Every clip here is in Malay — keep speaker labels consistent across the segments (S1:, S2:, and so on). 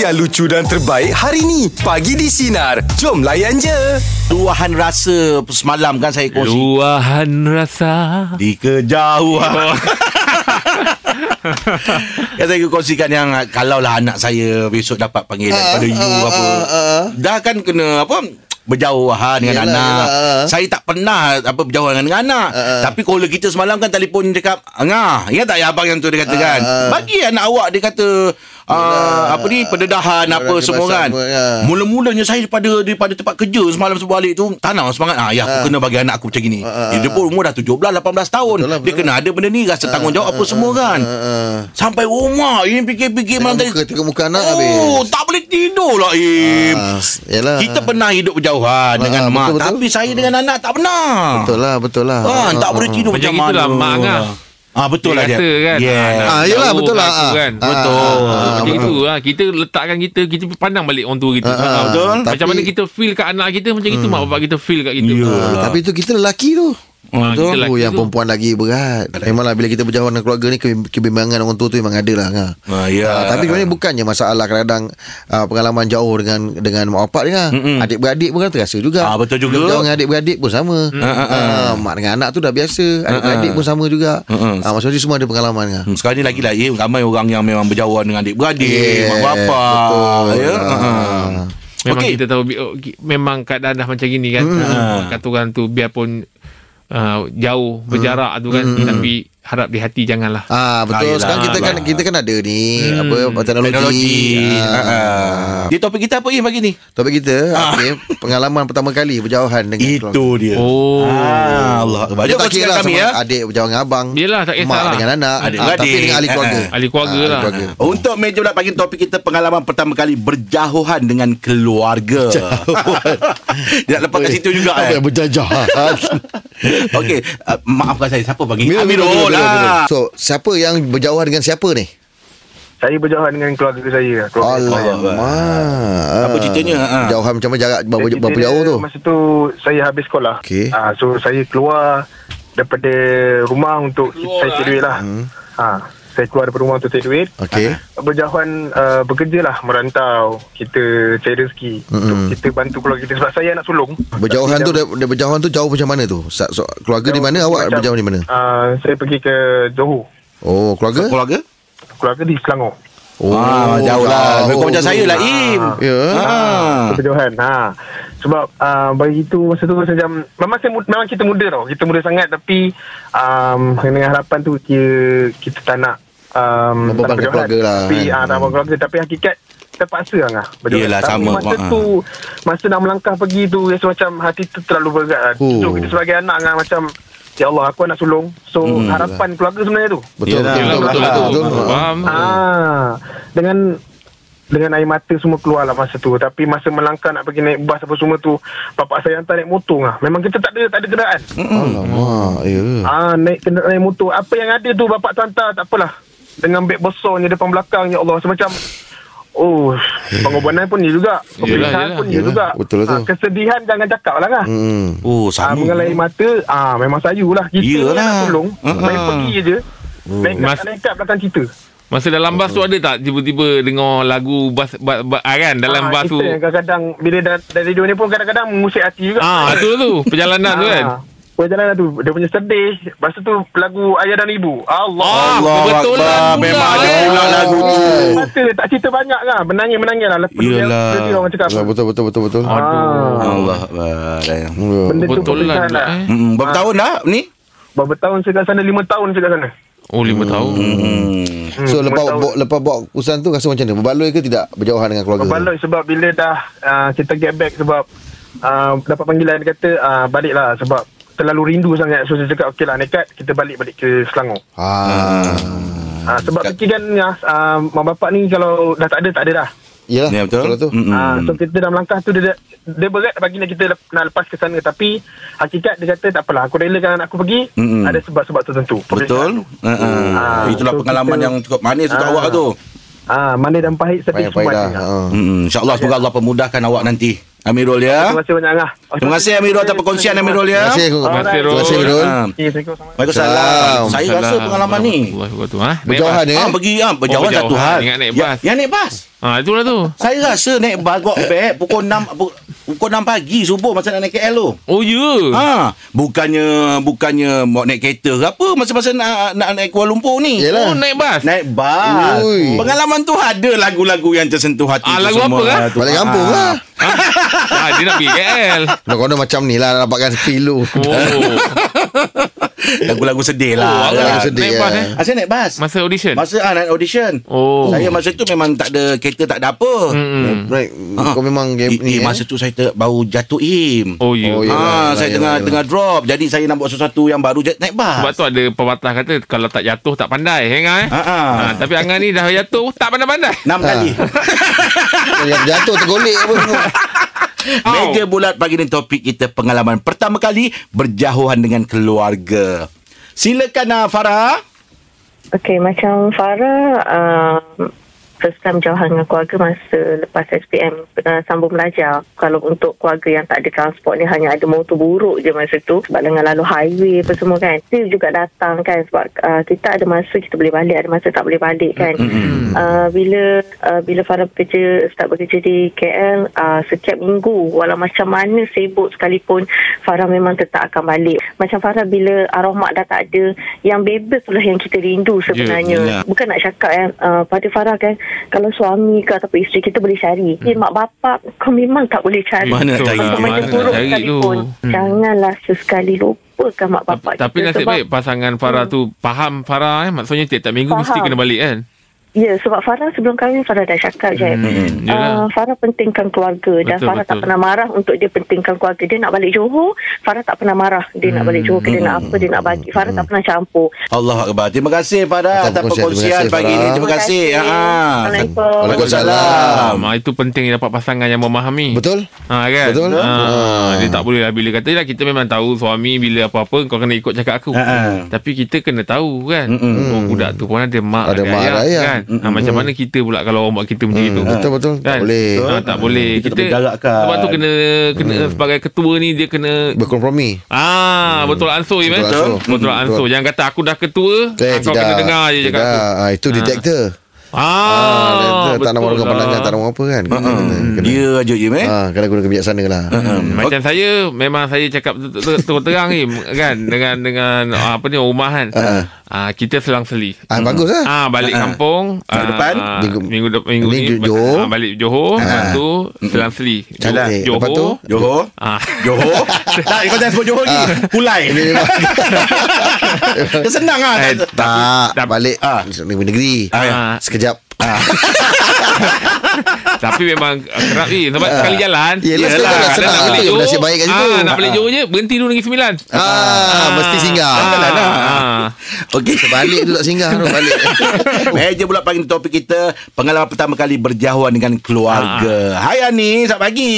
S1: yang lucu dan terbaik hari ni. Pagi di Sinar. Jom layan je.
S2: Luahan rasa semalam kan saya kongsi.
S3: Luahan rasa
S2: Di kejauhan. Kan saya kongsikan yang kalaulah anak saya besok dapat panggilan
S4: Ah,
S2: pada you apa. Dah kan kena apa berjauhan dengan
S4: Yelah, ah,
S2: anak.
S4: yelah.
S2: Saya tak pernah apa berjauhan dengan anak.
S4: ah.
S2: Tapi caller kita semalam kan telefon cakap, "Angah, ingat tak ya abang yang tu dia kata
S4: Ah,
S2: kan? Bagi anak awak dia kata Uh, apa ni pendedahan apa
S4: Orang
S2: semua kan
S4: kebasan pun, ya.
S2: mula-mulanya saya daripada daripada tempat kerja semalam sebalik tu tanam semangat ah ya aku kena bagi anak aku macam gini
S4: ah,
S2: dia, dia pun umur dah 17 18 tahun
S4: Betul lah, Ah,
S2: dia
S4: betul
S2: kena ada benda ni rasa tanggungjawab apa semua kan
S4: Uh,
S2: Sampai rumah Ini fikir-fikir malam tadi
S4: muka, tengok muka anak
S2: Oh
S4: habis.
S2: tak boleh tidur lah Im
S4: Ah, yalah.
S2: Kita pernah hidup berjauhan Dengan
S4: betul,
S2: mak
S4: betul.
S2: Tapi saya dengan anak tak pernah
S4: Betul lah, betul lah.
S2: Ah, Tak boleh tidur
S3: Macam
S2: macam
S3: itulah
S2: mana
S3: mak Angah.
S2: Ah betul lah dia.
S3: Dia kata kan
S2: Yeah.
S3: anak
S4: Ah, yelah,
S3: jauh
S4: betul lah,
S3: aku
S4: ah.
S3: kan.
S4: Ah,
S2: Betul.
S3: Ah, Macam itu lah Kita letakkan kita Kita pandang balik orang tua kita
S4: ah,
S3: Ah,
S4: betul.
S3: Macam
S4: Tapi- Hmm.
S3: mana kita feel kat anak kita Macam itu mak bapak kita feel kat kita
S2: Yelah.
S3: Ah,
S4: Ah, Tapi tu kita lelaki tu.
S3: Ah, kita
S4: Betul.
S3: lelaki
S4: Oh, yang
S3: tu.
S4: perempuan lagi berat. Memanglah bila kita berjauhan dengan keluarga ni kebim- kebimbangan orang tua tu memang ada lah. Ha.
S2: Ah, ya.
S4: Ah, tapi sebenarnya bukannya masalah kadang-kadang ah, pengalaman jauh dengan dengan mak bapak ni kan. Adik-beradik pun kan terasa juga.
S2: Ah, betul juga.
S4: Bila Jauh dengan adik-beradik pun sama. Ah, mak dengan anak tu dah biasa. Adik-beradik pun sama juga. Ah, maksudnya semua ada pengalaman kan.
S2: Hmm, Sekarang ni lagi lah Im, Ramai orang yang memang berjauhan Dengan adik-beradik
S4: Yeah,
S2: Mak bapak
S4: betul.
S2: ya?
S4: Ah.
S2: Ah.
S3: Memang
S2: Okey.
S3: okay. kita tahu bi- oh, ki- Memang keadaan dah macam gini kan
S2: Ah.
S3: hmm. Kata orang tu Biarpun uh, Jauh Berjarak tu kan Tapi Harap di hati janganlah
S4: Hmm. Ah betul
S2: Ah, yelah.
S4: sekarang kita kan
S2: Abang.
S4: kita kan ada ni apa teknologi.
S2: Teknologi
S4: Ah.
S2: Ah. Dia topik kita apa Im pagi ni?
S4: Topik kita okay, pengalaman pertama kali berjauhan dengan
S2: Ah.
S4: keluarga.
S2: Itu dia
S3: Oh
S2: Ah, Allah. Jom
S4: Dia tak
S2: kongsikan
S4: kira lah
S2: kami
S4: sama
S2: ya.
S4: adik berjauhan dengan abang.
S3: Yelah, tak kisah
S4: mak
S3: lah.
S4: dengan anak.
S2: Adik
S4: ah, tapi
S2: beradik.
S4: dengan ahli
S2: Ah,
S4: keluarga.
S2: Oh,
S3: ah. Ahli keluarga
S4: Ah, ahli
S3: lah.
S4: keluarga.
S2: Untuk meja bulat pagi topik kita pengalaman pertama kali berjauhan dengan keluarga. Dia nak lepas kat situ juga
S4: Apa
S2: eh.
S4: yang berjajahan?
S2: Okey, uh, maafkan saya siapa pagi?
S4: Mira, Mira, Mira,
S2: Amirul
S4: Mira, Mira.
S2: lah.
S4: So, siapa yang berjauhan dengan siapa ni?
S5: Saya berjauhan dengan keluarga saya. Keluarga saya.
S4: Alamak. Ah.
S2: Apa ceritanya? Ha.
S4: Berjauhan macam mana jarak berapa,
S5: Jadi
S4: berapa
S5: dia-
S4: jauh tu?
S5: Masa tu saya habis sekolah.
S4: Okey.
S5: Ah, so saya keluar daripada rumah untuk
S3: Keluar
S5: saya
S3: lah,
S5: cari duit lah.
S4: Hmm.
S5: Ah, saya keluar daripada rumah untuk cari duit.
S4: Okey.
S5: ah. Berjauhan uh, bekerja lah merantau. Kita cari rezeki. Untuk kita bantu keluarga kita sebab saya anak sulung.
S4: Hmm, Berjauhan
S5: Tapi
S4: tu
S5: dah-
S4: dia- dia berjauhan tu jauh macam mana tu? Sa- so- Keluarga di mana
S5: macam-
S4: awak berjauhan di mana?
S5: Ah, saya pergi ke Johor.
S4: Oh, keluarga?
S2: Keluarga?
S5: Keluarga di Selangor.
S4: Oh,
S2: ah, jauh lah. Kau macam saya lah, Im.
S4: Ya.
S2: Ah.
S5: Perjohan ha. Sebab uh, Bagi itu Masa tu saya macam Memang, saya, mu- memang kita muda tau Kita muda sangat Tapi um, Dengan harapan tu Kita, kita tak nak um,
S4: Membebankan
S5: tak nak berjohan.
S4: keluarga lah,
S5: Tapi
S4: kan?
S5: ah, tak nak keluarga Tapi hakikat Terpaksa lah berjohan.
S2: Yelah,
S5: Tapi
S2: sama,
S5: Masa
S2: Mak,
S5: tu Masa nak melangkah pergi tu Rasa macam Hati tu terlalu berat lah.
S4: Oh.
S5: Jujur kita sebagai anak kan, Macam Ya Allah aku anak sulung So harapan keluarga sebenarnya tu
S4: Betul,
S2: Yelah,
S4: Ah, betul,
S3: Yelah,
S4: betul,
S3: betul,
S2: lah.
S3: betul,
S4: betul.
S3: Faham
S5: Ah, dengan dengan air mata semua keluar lah masa tu tapi masa melangkah nak pergi naik bas apa semua tu bapak saya hantar naik motor lah memang kita tak ada tak ada kenderaan
S4: Hmm. Alamak, ya.
S5: ah naik kena naik motor apa yang ada tu bapak tu hantar tak apalah dengan beg besarnya depan belakang ya Allah macam oh pengorbanan pun ni juga
S3: Yelah,
S5: pemilihan
S3: yelah,
S5: pun ni
S4: Eh. yelah.
S5: juga
S4: Betul lah tu.
S5: Ah, kesedihan jangan cakap lah kan
S4: Hmm.
S2: Oh,
S5: Ah,
S2: sama.
S5: mengenai mata ah memang sayu lah kita
S2: Yelah.
S5: nak tolong
S4: Hmm.
S2: Ah,
S5: saya
S2: ah.
S5: pergi je
S4: Oh.
S5: naik kat
S3: Mas-
S5: naik kat belakang kita
S3: Masa dalam bas tu ada tak Tiba-tiba dengar lagu bas, bas, bas, ah, kan Dalam
S5: Ah,
S3: bas
S5: kita
S3: tu
S5: yang kadang-kadang bila dah, dah radio ni pun kadang-kadang musik hati juga.
S3: Ah, tu tu Perjalanan tu kan
S2: Ah.
S5: Perjalanan lah tu Dia punya sedih Lepas tu lagu Ayah dan Ibu Allah Ah,
S3: Ah,
S2: Allah
S3: kebetulan
S2: Akbar.
S3: pula,
S2: Memang ada lah.
S3: eh.
S2: ulang lagu tu.
S5: Mata tak cerita banyak kan Menangis-menangis lah Lepas tu dia-
S2: Yelah.
S5: dia tengok orang cakap apa.
S4: Betul, Lah, betul, betul, betul, betul.
S5: Ah,
S2: Allah Akbar.
S4: Ya.
S5: Benda tu
S3: Kebetulan
S5: perpisahan
S3: pula,
S5: lah
S3: eh.
S2: Hmm, berapa tahun dah ni?
S5: Berapa tahun saya kat sana Lima tahun saya kat sana
S3: Oh lima tahun
S2: Hmm.
S5: Hmm,
S4: So
S5: lima
S4: lepas
S5: tahun.
S4: bo, lepas bawa kusan tu rasa macam mana? Berbaloi ke tidak berjauhan dengan keluarga?
S5: Berbaloi sebab bila dah uh, Kita get back sebab uh, Dapat panggilan dia kata uh, Baliklah sebab Terlalu rindu sangat So saya cakap Okey lah nekat Kita balik-balik ke Selangor
S4: Ha. Ah.
S5: Ah,
S2: Hmm,
S5: sebab fikiran ya, ah, mak bapak ni kalau dah tak ada tak ada dah.
S4: Yalah.
S2: Ya betul.
S4: Kalau tu.
S2: Mm-mm.
S5: Ah, so kita dah melangkah tu dia dia berat bagi nak kita lep- nak lepas ke sana tapi hakikat dia kata tak apalah aku relakan anak aku pergi
S2: Mm-mm.
S5: ada sebab-sebab tertentu.
S2: Hmm. Betul. Ha, ha.
S5: Ah,
S2: Itulah
S5: so
S2: pengalaman
S5: kita-
S2: yang cukup manis untuk
S5: Ah.
S2: awak tu.
S5: Ah, mana dan pahit sedih
S4: Payah-payah
S5: semua
S4: dah.
S2: lah.
S5: ada.
S2: Ah.
S4: Ha.
S2: Hmm, InsyaAllah semoga Allah pemudahkan awak nanti Amirul ya.
S5: Terima kasih banyak Angah.
S2: Terima kasih Amirul atas perkongsian Amirul
S4: Terima
S2: ya.
S4: kasih
S5: Terima kasih,
S4: Terima kasih
S3: Rul.
S4: Rul
S2: Ah.
S5: Okay, Assalamualaikum.
S2: Waalaikumsalam. Saya rasa
S3: Assalamualaikum
S2: pengalaman ni.
S3: warahmatullahi wabarakatuh. Ha? Naik
S4: Berjauhan
S3: bas.
S4: eh
S2: Ah pergi ah berjauhan
S3: Oh, berjauhan
S2: satu hal.
S3: dengan naik bas.
S2: Ya, yang naik bas.
S3: Ah itulah tu.
S2: Saya rasa naik bas got back pukul 6 pukul 6 pagi subuh masa nak naik KL tu.
S3: Oh ya. Yeah.
S2: Ha, bukannya bukannya mau naik kereta ke apa masa-masa nak, nak naik Kuala Lumpur ni.
S3: Oh
S4: Yelah.
S3: naik bas.
S2: Naik bas.
S4: Ui.
S2: Pengalaman tu ada lagu-lagu yang tersentuh hati
S3: Ah,
S2: tu
S3: lagu
S2: semua.
S3: apa, kan?
S2: tu.
S4: Balik kampung
S2: Ah.
S4: lah
S3: ah, dia nak pergi KL.
S4: Nak kena macam ni lah Dapatkan kilo
S3: Oh.
S2: Lagu-lagu sedih lah.
S3: Oh,
S4: awak
S2: kan?
S3: awak
S4: sedih,
S3: naik bas
S4: ya.
S3: eh.
S2: Ah, saya naik bas.
S3: Masa audition.
S2: Masa ah, naik audition.
S3: Oh.
S2: Saya masa tu memang tak ada kereta, tak ada apa.
S3: Mm-mm.
S4: Right
S2: Ah.
S4: Kau memang game
S2: Eh, eh,
S4: ni eh.
S2: masa tu saya ter, baru jatuh im.
S3: Oh ya.
S4: Oh,
S3: Yeah.
S4: ya.
S2: ah,
S4: Yelah,
S2: saya
S4: yelah,
S2: tengah
S4: yelah.
S2: tengah drop. Jadi saya nak buat sesuatu yang baru je- naik bas.
S3: Sebab tu ada pepatah kata kalau tak jatuh tak pandai, eh Angah eh.
S2: Ah, ah.
S3: Ah, tapi Angah ni dah jatuh tak pandai-pandai.
S4: Ah.
S2: Enam kali.
S4: Yang jatuh tergolek apa semua
S3: Oh.
S2: Meja bulat pagi ni topik kita pengalaman pertama kali berjauhan dengan keluarga. Silakan ah, Farah.
S6: Okay, macam Farah, uh, first time jauhan dengan keluarga masa lepas SPM uh, sambung belajar. Kalau untuk keluarga yang tak ada transport ni hanya ada motor buruk je masa tu. Sebab dengan lalu highway apa semua kan. Dia juga datang kan sebab uh, kita ada masa kita boleh balik, ada masa tak boleh balik kan. Mm-hmm. Uh, bila uh, bila Farah bekerja, start bekerja di KL, uh, setiap minggu walau macam mana sibuk sekalipun Farah memang tetap akan balik. Macam Farah bila arwah mak dah tak ada, yang bebas lah yang kita rindu sebenarnya.
S2: Ya, ya.
S6: Yeah. Bukan nak cakap kan uh, pada Farah kan kalau suami ke ataupun isteri kita boleh cari. Eh mak bapak kau memang tak boleh cari.
S2: Mana nak
S3: Betul
S2: cari?
S3: lah, Mm. Mana
S6: Macam mana
S3: nak cari tu.
S6: buruk
S3: Mm.
S6: sekalipun. Hmm. Janganlah sesekali lupakan mak bapak
S3: Tapi
S6: kita.
S3: nasib
S6: Sebab- Hmm.
S3: baik pasangan Farah tu faham Farah eh. Maksudnya tiap-tiap minggu mesti
S6: Faham.
S3: kena balik kan.
S6: Ya, sebab Farah sebelum kahwin Farah dah cakap je. Hmm,
S3: yelah.
S6: uh, Farah pentingkan keluarga dan
S3: Betul,
S6: Farah tak
S3: betul.
S6: pernah marah untuk dia pentingkan keluarga. Dia nak balik Johor, Farah tak pernah marah. Dia nak balik Johor, ke dia nak
S3: Hmm.
S6: apa, dia nak bagi. Farah tak pernah campur.
S2: Allah Akbar. Terima kasih Farah atas
S4: Atas
S2: perkongsian
S4: perkongsian. Terima kasih,
S2: pagi ini.
S4: Farah.
S2: Terima kasih. Ah.
S6: Assalamualaikum.
S2: Waalaikumsalam.
S3: Um, itu penting dapat pasangan yang memahami.
S4: Betul
S3: Ha kan?
S4: Betul.
S3: Ha,
S4: Ah.
S3: Dia tak boleh lah bila kata lah kita memang tahu suami bila apa-apa kau kena ikut cakap aku.
S2: Ha,
S4: Ah,
S2: ha.
S3: Tapi kita kena tahu kan.
S2: Mm-mm.
S3: Oh budak tu pun ada mak
S4: Ada mak, ada ayah.
S3: kan. Ha, macam mana kita pula kalau orang buat kita macam itu.
S4: Hmm, Betul betul
S3: Kan?
S4: Tak boleh
S3: ha, tak boleh
S2: Kita tak boleh jarakkan.
S3: sebab tu kena kena sebagai ketua ni dia kena
S4: Berkompromi
S3: Ah, hmm. betul ansur Iman.
S4: Betul ansur.
S3: Betul ansur.
S4: Betul.
S3: Jangan kata aku dah ketua,
S4: Eh,
S3: Ah, kau kena dengar je cakap
S4: Tidak.
S3: aku.
S4: Ah, itu detektor.
S3: Ah,
S4: Ah, tak nak orang
S3: betul
S4: pandang
S3: lah.
S4: tak nak apa kan. Kena, kena, kena.
S2: Dia eh? aja je meh.
S4: Ah, kena guna kebijaksanaan lah.
S3: Hmm, Macam saya Memang saya cakap ter- ter- Terus terang ni Kan Dengan dengan ah, Apa ni Rumah kan
S4: Ah.
S3: ah, Kita selang seli
S4: Ah, bagus lah.
S3: Ah balik kampung
S2: Minggu depan?
S3: minggu
S4: Minggu-
S3: minggu, de- minggu
S4: Minggu
S3: ni
S4: Johor.
S3: ah, balik Johor lepas tu Selang Seli
S4: Jalan.
S3: Jo-
S4: Eh, lepas tu?
S2: Johor.
S3: ah
S2: Johor. Ah. tak kau jangan sebut Johor lagi. Pulai. Dia senang ah.
S3: Eh,
S2: Tak-
S4: Tak,
S3: tapi-
S4: balik
S2: Ah.
S4: negeri.
S2: Ah, ya.
S3: Ah.
S4: Sekejap.
S3: Tapi memang ah, kerap ni Sebab sekali jalan
S4: Yelah,
S3: Yelah,
S4: sekali jalan,
S3: kadang
S4: senang.
S3: nak balik
S4: Itu yang
S3: Johor,
S4: nasib baik kat situ.
S3: ah, Nak
S4: Ah.
S3: balik Johor je Berhenti dulu Negeri Sembilan
S4: Ah, mesti singgah.
S3: ah,
S4: Ah.
S3: ah.
S2: Okey,
S4: Balik tu tak singgah tu balik.
S2: Meja pula pagi ni topik kita pengalaman pertama kali berjauhan dengan keluarga. Hai Ani, selamat pagi.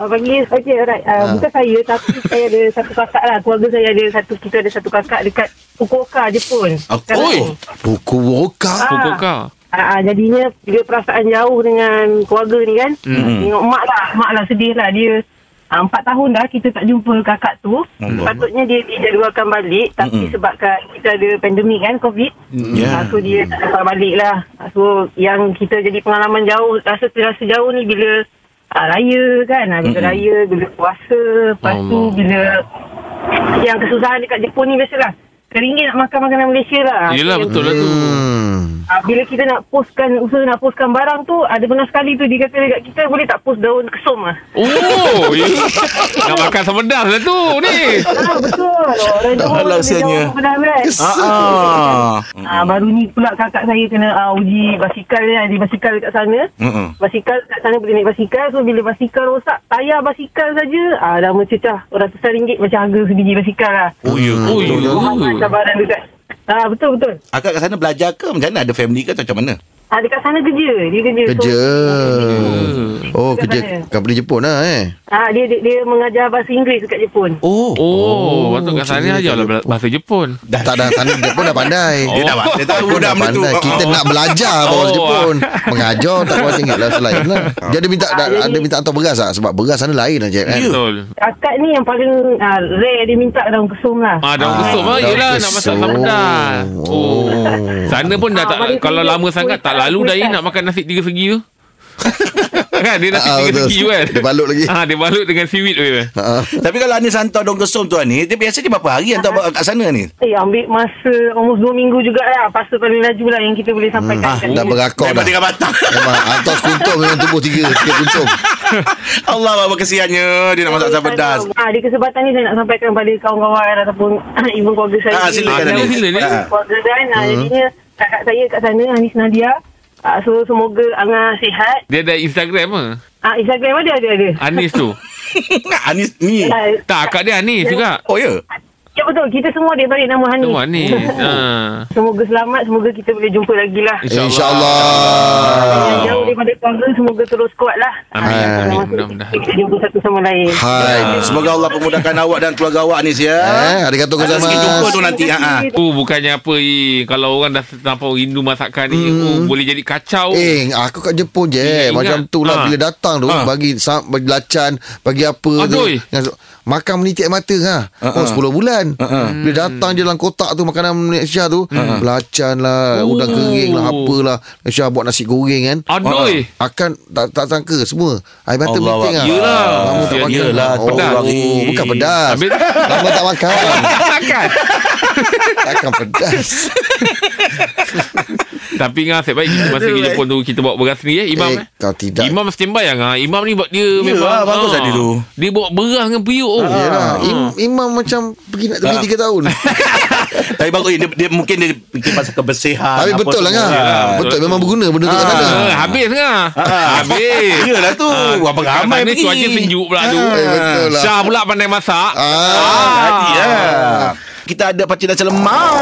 S7: Uh, panggil okey alright uh, bukan saya tapi saya ada satu kakak lah keluarga saya ada satu kita ada satu kakak dekat Fukuoka Jepun.
S2: Oh,
S7: Sekarang
S2: oi.
S7: ni.
S4: Buku woka.
S3: Fukuoka
S7: Ah, ah, jadinya dia perasaan jauh dengan keluarga ni kan. Mm. Tengok mak lah, mak lah sedih lah dia. ah, Empat tahun dah kita tak jumpa kakak tu. Patutnya dia dijadualkan balik tapi mm sebabkan kita ada pandemik kan COVID.
S2: Ya.
S7: Yeah. So dia tak dapat balik lah. So yang kita jadi pengalaman jauh, rasa terasa jauh ni bila uh, raya kan. Ah, Bila raya, bila puasa. Lepas tu
S3: Allah.
S7: bila yang kesusahan dekat Jepun ni biasalah. Keringgit nak makan makanan Malaysia lah.
S3: Yelah
S7: So,
S3: betul lah tu
S4: Hmm.
S7: Ah, bila kita nak postkan usaha nak postkan barang tu ada pernah sekali tu dia kata dekat kita boleh tak post daun kesum ah.
S3: Oh ya. Nak makan semedas lah tu Ni
S7: Ah betul. Orang
S2: Tak halal sianya.
S7: Ah,
S2: Ah, ah.
S7: ah, baru ni pula kakak saya kena ah, uji basikal kan? dia di basikal dekat sana.
S2: Mm-mm.
S7: Basikal kat sana boleh naik basikal So bila basikal rosak Tayar basikal saja ah, Dah mencecah Ratusan ringgit Macam harga sebiji basikal lah
S2: Oh ya.
S3: Oh
S2: betul
S3: ya.
S2: lah.
S4: Hmm.
S7: Mahal cabaran dekat ah, Betul betul
S2: Akak kat sana belajar ke macam mana? Ada family ke atau macam mana?
S7: ah, Dekat sana kerja Dia kerja
S4: Kerja.
S7: so,
S4: Oh,
S7: Dekat
S4: kerja
S7: mana?
S4: company Jepun lah eh.
S7: ha, dia, dia dia mengajar bahasa Inggeris dekat Jepun.
S2: Oh.
S3: Oh, patut kat sana ajar lah bahasa Jepun.
S4: Tak dah Sana dia pun dah pandai
S2: Dia dah dia tahu
S4: Pun
S2: dah
S4: dah
S2: benda tu.
S4: pandai Kita nak belajar
S3: Oh,
S4: Bahasa
S3: ah.
S4: Jepun Mengajar tak bahasa Inggeris lah Selain lah Dia ada minta
S7: Ah, jadi-
S4: Ada minta hantar beras tak Sebab beras sana lain lah Jeb kan
S3: Betul.
S7: Kakak ni yang paling uh, rare dia minta daun kesum lah.
S3: Ah,
S2: Ah,
S3: daun kesum ah,
S4: daun
S3: yelah nak masak sambal
S4: kesum.
S3: pedas. Oh. Sana pun dah
S7: Ah,
S3: tak
S7: mari
S3: kalau
S7: tunjuk
S3: lama
S7: kuih
S3: sangat tak
S7: tak,
S3: lalu
S7: kuih
S3: dah
S7: tak.
S3: nak makan nasi tiga segi tu. kan dia nasi
S4: Ah,
S3: tiga
S4: betul.
S3: segi tu kan.
S4: Dia balut lagi.
S3: Ah, dia balut dengan seaweed tu. je.
S4: Ah.
S2: Tapi kalau Anis hantar dong kesum tu Anis, dia biasa dia berapa hari hantar kat sana ni?
S7: Eh, ambil masa almost 2 minggu jugalah. Pasal paling laju lah yang kita boleh sampaikan.
S4: Ah, Dah berakor dah
S2: Daripada kat Batam.
S4: Memang Hantar sekuntum Memang tubuh tiga Tiga kuntum
S2: Allah apa kesiannya dia nak masak sambal pedas.
S7: Ah, di kesempatan ni saya nak sampaikan pada kawan-kawan ataupun even keluarga
S2: Ah,
S7: saya.
S2: silakan,
S7: sendiri.
S3: Anis. Sila, sila,
S2: Anis.
S7: Keluarga kan. Ah, jadinya kakak saya kat sana, Anis Nadia. Ah, so semoga Angah sihat.
S3: Dia ada Instagram ah.
S7: Ah, Instagram ada, ada, ada.
S3: Anis tu.
S2: Ingat Anis ni.
S7: Ah,
S3: tak, akak dia Anis juga.
S2: Oh ya.
S7: Ya betul, kita semua dia balik nama Hanis.
S3: Tu Anis. Ah.
S7: Semoga selamat, semoga kita boleh jumpa lagi lah.
S4: InsyaAllah
S7: Yang jauh daripada keluarga, semoga terus kuat lah.
S3: Amin,
S7: Ah,
S3: amin.
S7: masa
S3: Mudah-mudahan.
S7: Kita jumpa satu sama lain.
S4: Hai
S2: Ah, Semoga Allah permudahkan awak dan keluarga awak Anis ya.
S4: Eh, ada kata
S2: Ada rezeki jumpa
S4: Kuzamas
S2: tu nanti. Ha. ha.
S3: Oh bukannya apa eh. Kalau orang dah terlampau rindu masakan ni hmm. oh, Boleh jadi kacau
S4: Eh, aku kat Jepun je.
S3: Ingat, ingat.
S4: Macam tu lah
S3: Ha.
S4: bila datang tu
S2: Ha.
S4: bagi sam, bagi lacan, bagi apa
S3: Adoi.
S4: tu. Dengan- Makan menitik mata ha.
S2: Ha,
S4: Oh,
S2: ha.
S4: 10 bulan.
S2: ha.
S4: Bila datang je dalam kotak tu makanan Malaysia tu, belacan lah, udang
S3: Oh.
S4: kering lah, apalah. Malaysia buat nasi goreng kan.
S3: Aduh
S4: Akan tak, tak sangka semua Air
S2: Allah
S4: mata
S2: Akbar.
S4: menitik lah
S3: Yelah.
S4: Lama tak
S3: Ya,
S4: makan
S2: yelah,
S4: oh,
S2: pedas.
S4: oh, Bukan pedas
S3: Habis
S4: Lama tak makan
S3: Makan
S4: Takkan pedas
S3: Tapi ngah asyik baik kita Masa ke Jepun tu Kita bawa beras sendiri eh Imam
S4: Eh,
S3: eh,
S4: kalau tidak
S3: Imam standby yang ah. Imam ni buat dia
S2: Ya, ah,
S3: memang
S2: bagus lah dia tu.
S3: Dia bawa beras dengan periuk oh.
S4: Yelah, im, Imam macam pergi nak
S2: Ah.
S4: tepi 3 tahun
S2: Tapi bagus dia, dia mungkin dia fikir pasal kebersihan.
S4: Tapi
S2: apa
S4: betul lah
S2: semua.
S4: kan Betul memang berguna benda tu kat sana
S3: Ah, habis ngah. Habis.
S2: Yelah tu. Apa ramai
S3: ni
S2: pergi.
S3: cuaca sejuk pula tu.
S4: Eh, betul lah.
S3: Syah pula pandai masak.
S4: Ah,
S2: Jadi ya. Kita ada Pakcik Nasi Lemak.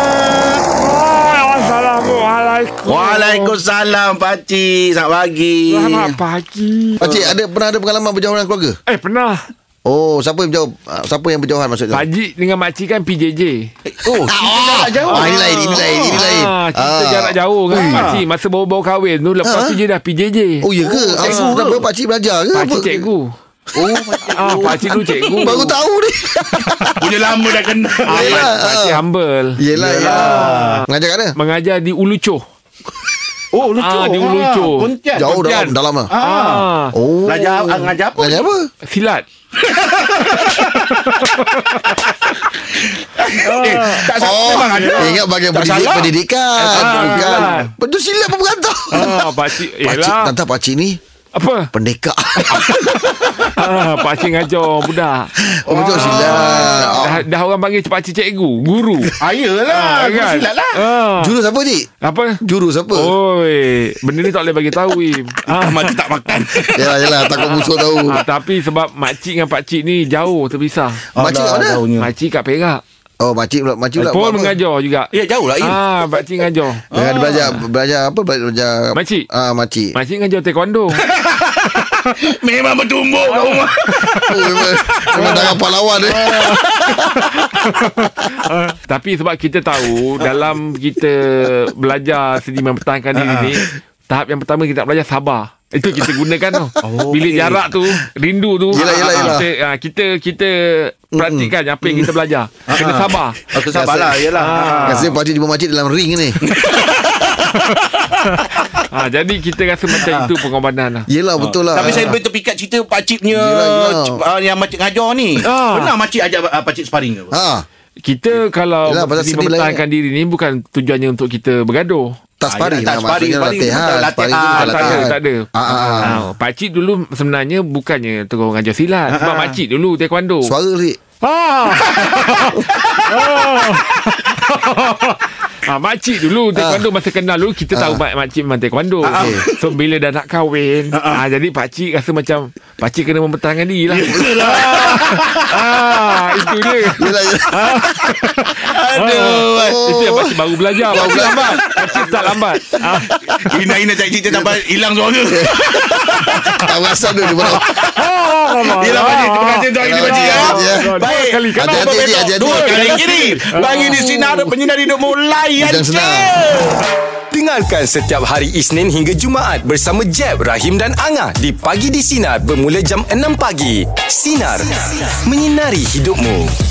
S3: Assalamualaikum.
S2: Waalaikumsalam Pakcik. Selamat pagi.
S3: Selamat pagi.
S4: Pakcik ada pernah ada pengalaman berjauhan dengan keluarga?
S3: Eh pernah
S4: Oh, siapa yang berjauh? ah, Siapa yang berjauhan maksudnya?
S3: Pakcik dengan makcik kan PJJ
S2: Oh, jarak jauh.
S4: Ah, ini lain, ini lain, ini lain.
S3: ah, Kita jarak jauh kan Pakcik masa baru-baru kahwin tu Lepas tu dia dah PJJ
S4: Oh, ya ke? Apa kenapa pakcik belajar ke?
S3: Pakcik
S4: Apa?
S3: cikgu
S4: Oh,
S3: ah, Pakcik tu cikgu
S4: baru tahu ni.
S2: Punya lama dah kenal.
S3: ah,
S4: Yelah,
S3: pak- Pakcik
S4: ah.
S3: humble
S4: Yelah, ya. Mengajar kat mana?
S3: Mengajar di Ulucoh
S2: Oh, lucu.
S3: Ah, dia lucu.
S2: Pontian.
S4: Jauh
S3: Pontian.
S4: dalam, dalam lah.
S3: ah.
S4: Oh.
S2: Belajar ah, ngajar apa?
S4: Belajar apa?
S3: Silat
S2: Eh, tak salah
S4: Oh,
S2: memang ada.
S4: ingat bagian
S2: Tak
S4: pendidik,
S2: salah.
S4: pendidikan.
S3: Ah,
S4: Bukan.
S3: salah.
S4: Betul silap apa berantau?
S3: ah, Pakcik
S4: Pakcik,
S3: Yelah
S4: tante pakcik ni
S3: Apa
S4: pendekar.
S3: ah, Pakcik ngajar orang budak
S4: Oh, betul Ah, silap.
S3: dah, dah orang panggil pakcik cikgu Guru
S2: Ah, yelah. Guru silat lah.
S3: ah.
S4: Jurus apa, cik?
S3: Apa
S4: Jurus apa?
S3: Oh. Oi, benda ni tak boleh bagi tahu. Im. Ah,
S2: Mati tak makan.
S4: Yalah, yalah. Takut musuh tahu.
S3: ah, tapi sebab makcik dengan pakcik ni jauh terpisah.
S4: Makcik kat
S2: Alah,
S4: mana?
S2: jauhnya.
S3: Makcik kat Perak.
S4: Oh, makcik pula. Makcik pula.
S3: Pun
S4: buat apa?
S3: mengajar juga.
S2: Ya, jauh lah. Il.
S3: Ah, makcik mengajar.
S4: Jangan ah. belajar belajar apa belajar
S3: Makcik.
S4: Ah makcik.
S3: Makcik mengajar taekwondo.
S2: Memang bertumbuk kat rumah.
S4: Oh, memang memang tak apa lawan eh.
S3: tapi sebab kita tahu dalam kita belajar seni mempertahankan diri ni,
S4: Ah.
S3: tahap yang pertama kita nak belajar sabar. Itu kita gunakan tu. Bila jarak tu, rindu tu.
S4: Oh, Yelah, yelah, yelah.
S3: Kita, ah, kita kita perhatikan apa yang kita belajar.
S4: Ah.
S3: Kena sabar.
S2: Aku sabarlah. Yelah. Ah.
S4: Rasanya pakcik jumpa makcik dalam ring ni.
S3: Ha, jadi kita rasa macam
S4: Ah.
S3: itu pengorbanan lah.
S4: Yelah betul lah.
S2: Tapi saya boleh terpikat cerita pakcik punya
S4: Yelah, yelah.
S2: c- ah, yang makcik ngajar ni.
S3: Ah.
S2: Pernah makcik ajak ah, pakcik sparring ke?
S4: Ha,
S3: Kita kalau Yelah,
S4: Yelah, pasal seni kan.
S3: mempertahankan diri ni bukan tujuannya untuk kita bergaduh.
S4: tak sparring
S2: yelah,
S4: lah
S2: tak sparring,
S4: maksudnya
S2: sparring
S4: latihan.
S2: bukan
S4: Sparring tu
S2: latihan.
S3: Ah,
S4: bukan
S3: tak ada,
S4: latihan.
S3: tak ada.
S4: Ah, ah, ah. Ah.
S3: Ha, pakcik dulu sebenarnya bukannya terus mengajar silat. Sebab makcik dulu taekwondo.
S4: Suara ni.
S3: Ah. Ah, makcik dulu taekwondo masa kenal dulu kita tahu mak makcik memang taekwondo.
S4: Okey.
S3: So bila dah nak kahwin, ah jadi pakcik rasa macam pakcik kena mempertahankan diri lah. ah, itu dia.
S4: Yelah, yelah.
S3: Aduh. Itu yang pakcik baru belajar. Baru lambat. Pakcik start lambat. Ah.
S2: Ina-ina cakap cerita sampai hilang suara.
S4: tak rasa tu dia pun.
S2: Yelah pakcik Terima kasih untuk hari ini pakcik ya.
S4: Ya.
S2: Baik
S3: Kali
S4: Ada-
S3: kenapa
S4: ada-
S2: Betul.
S4: Hati-hati, hati-hati.
S2: Dua kali kiri Bagi di sinar Penyinar hidup mulai
S4: Bidang senang.
S2: Ajar
S1: Dengarkan setiap hari Isnin hingga Jumaat bersama Jeb, Rahim dan Angah di Pagi di Sinar bermula jam 6 pagi. Sinar. Menyinari hidupmu.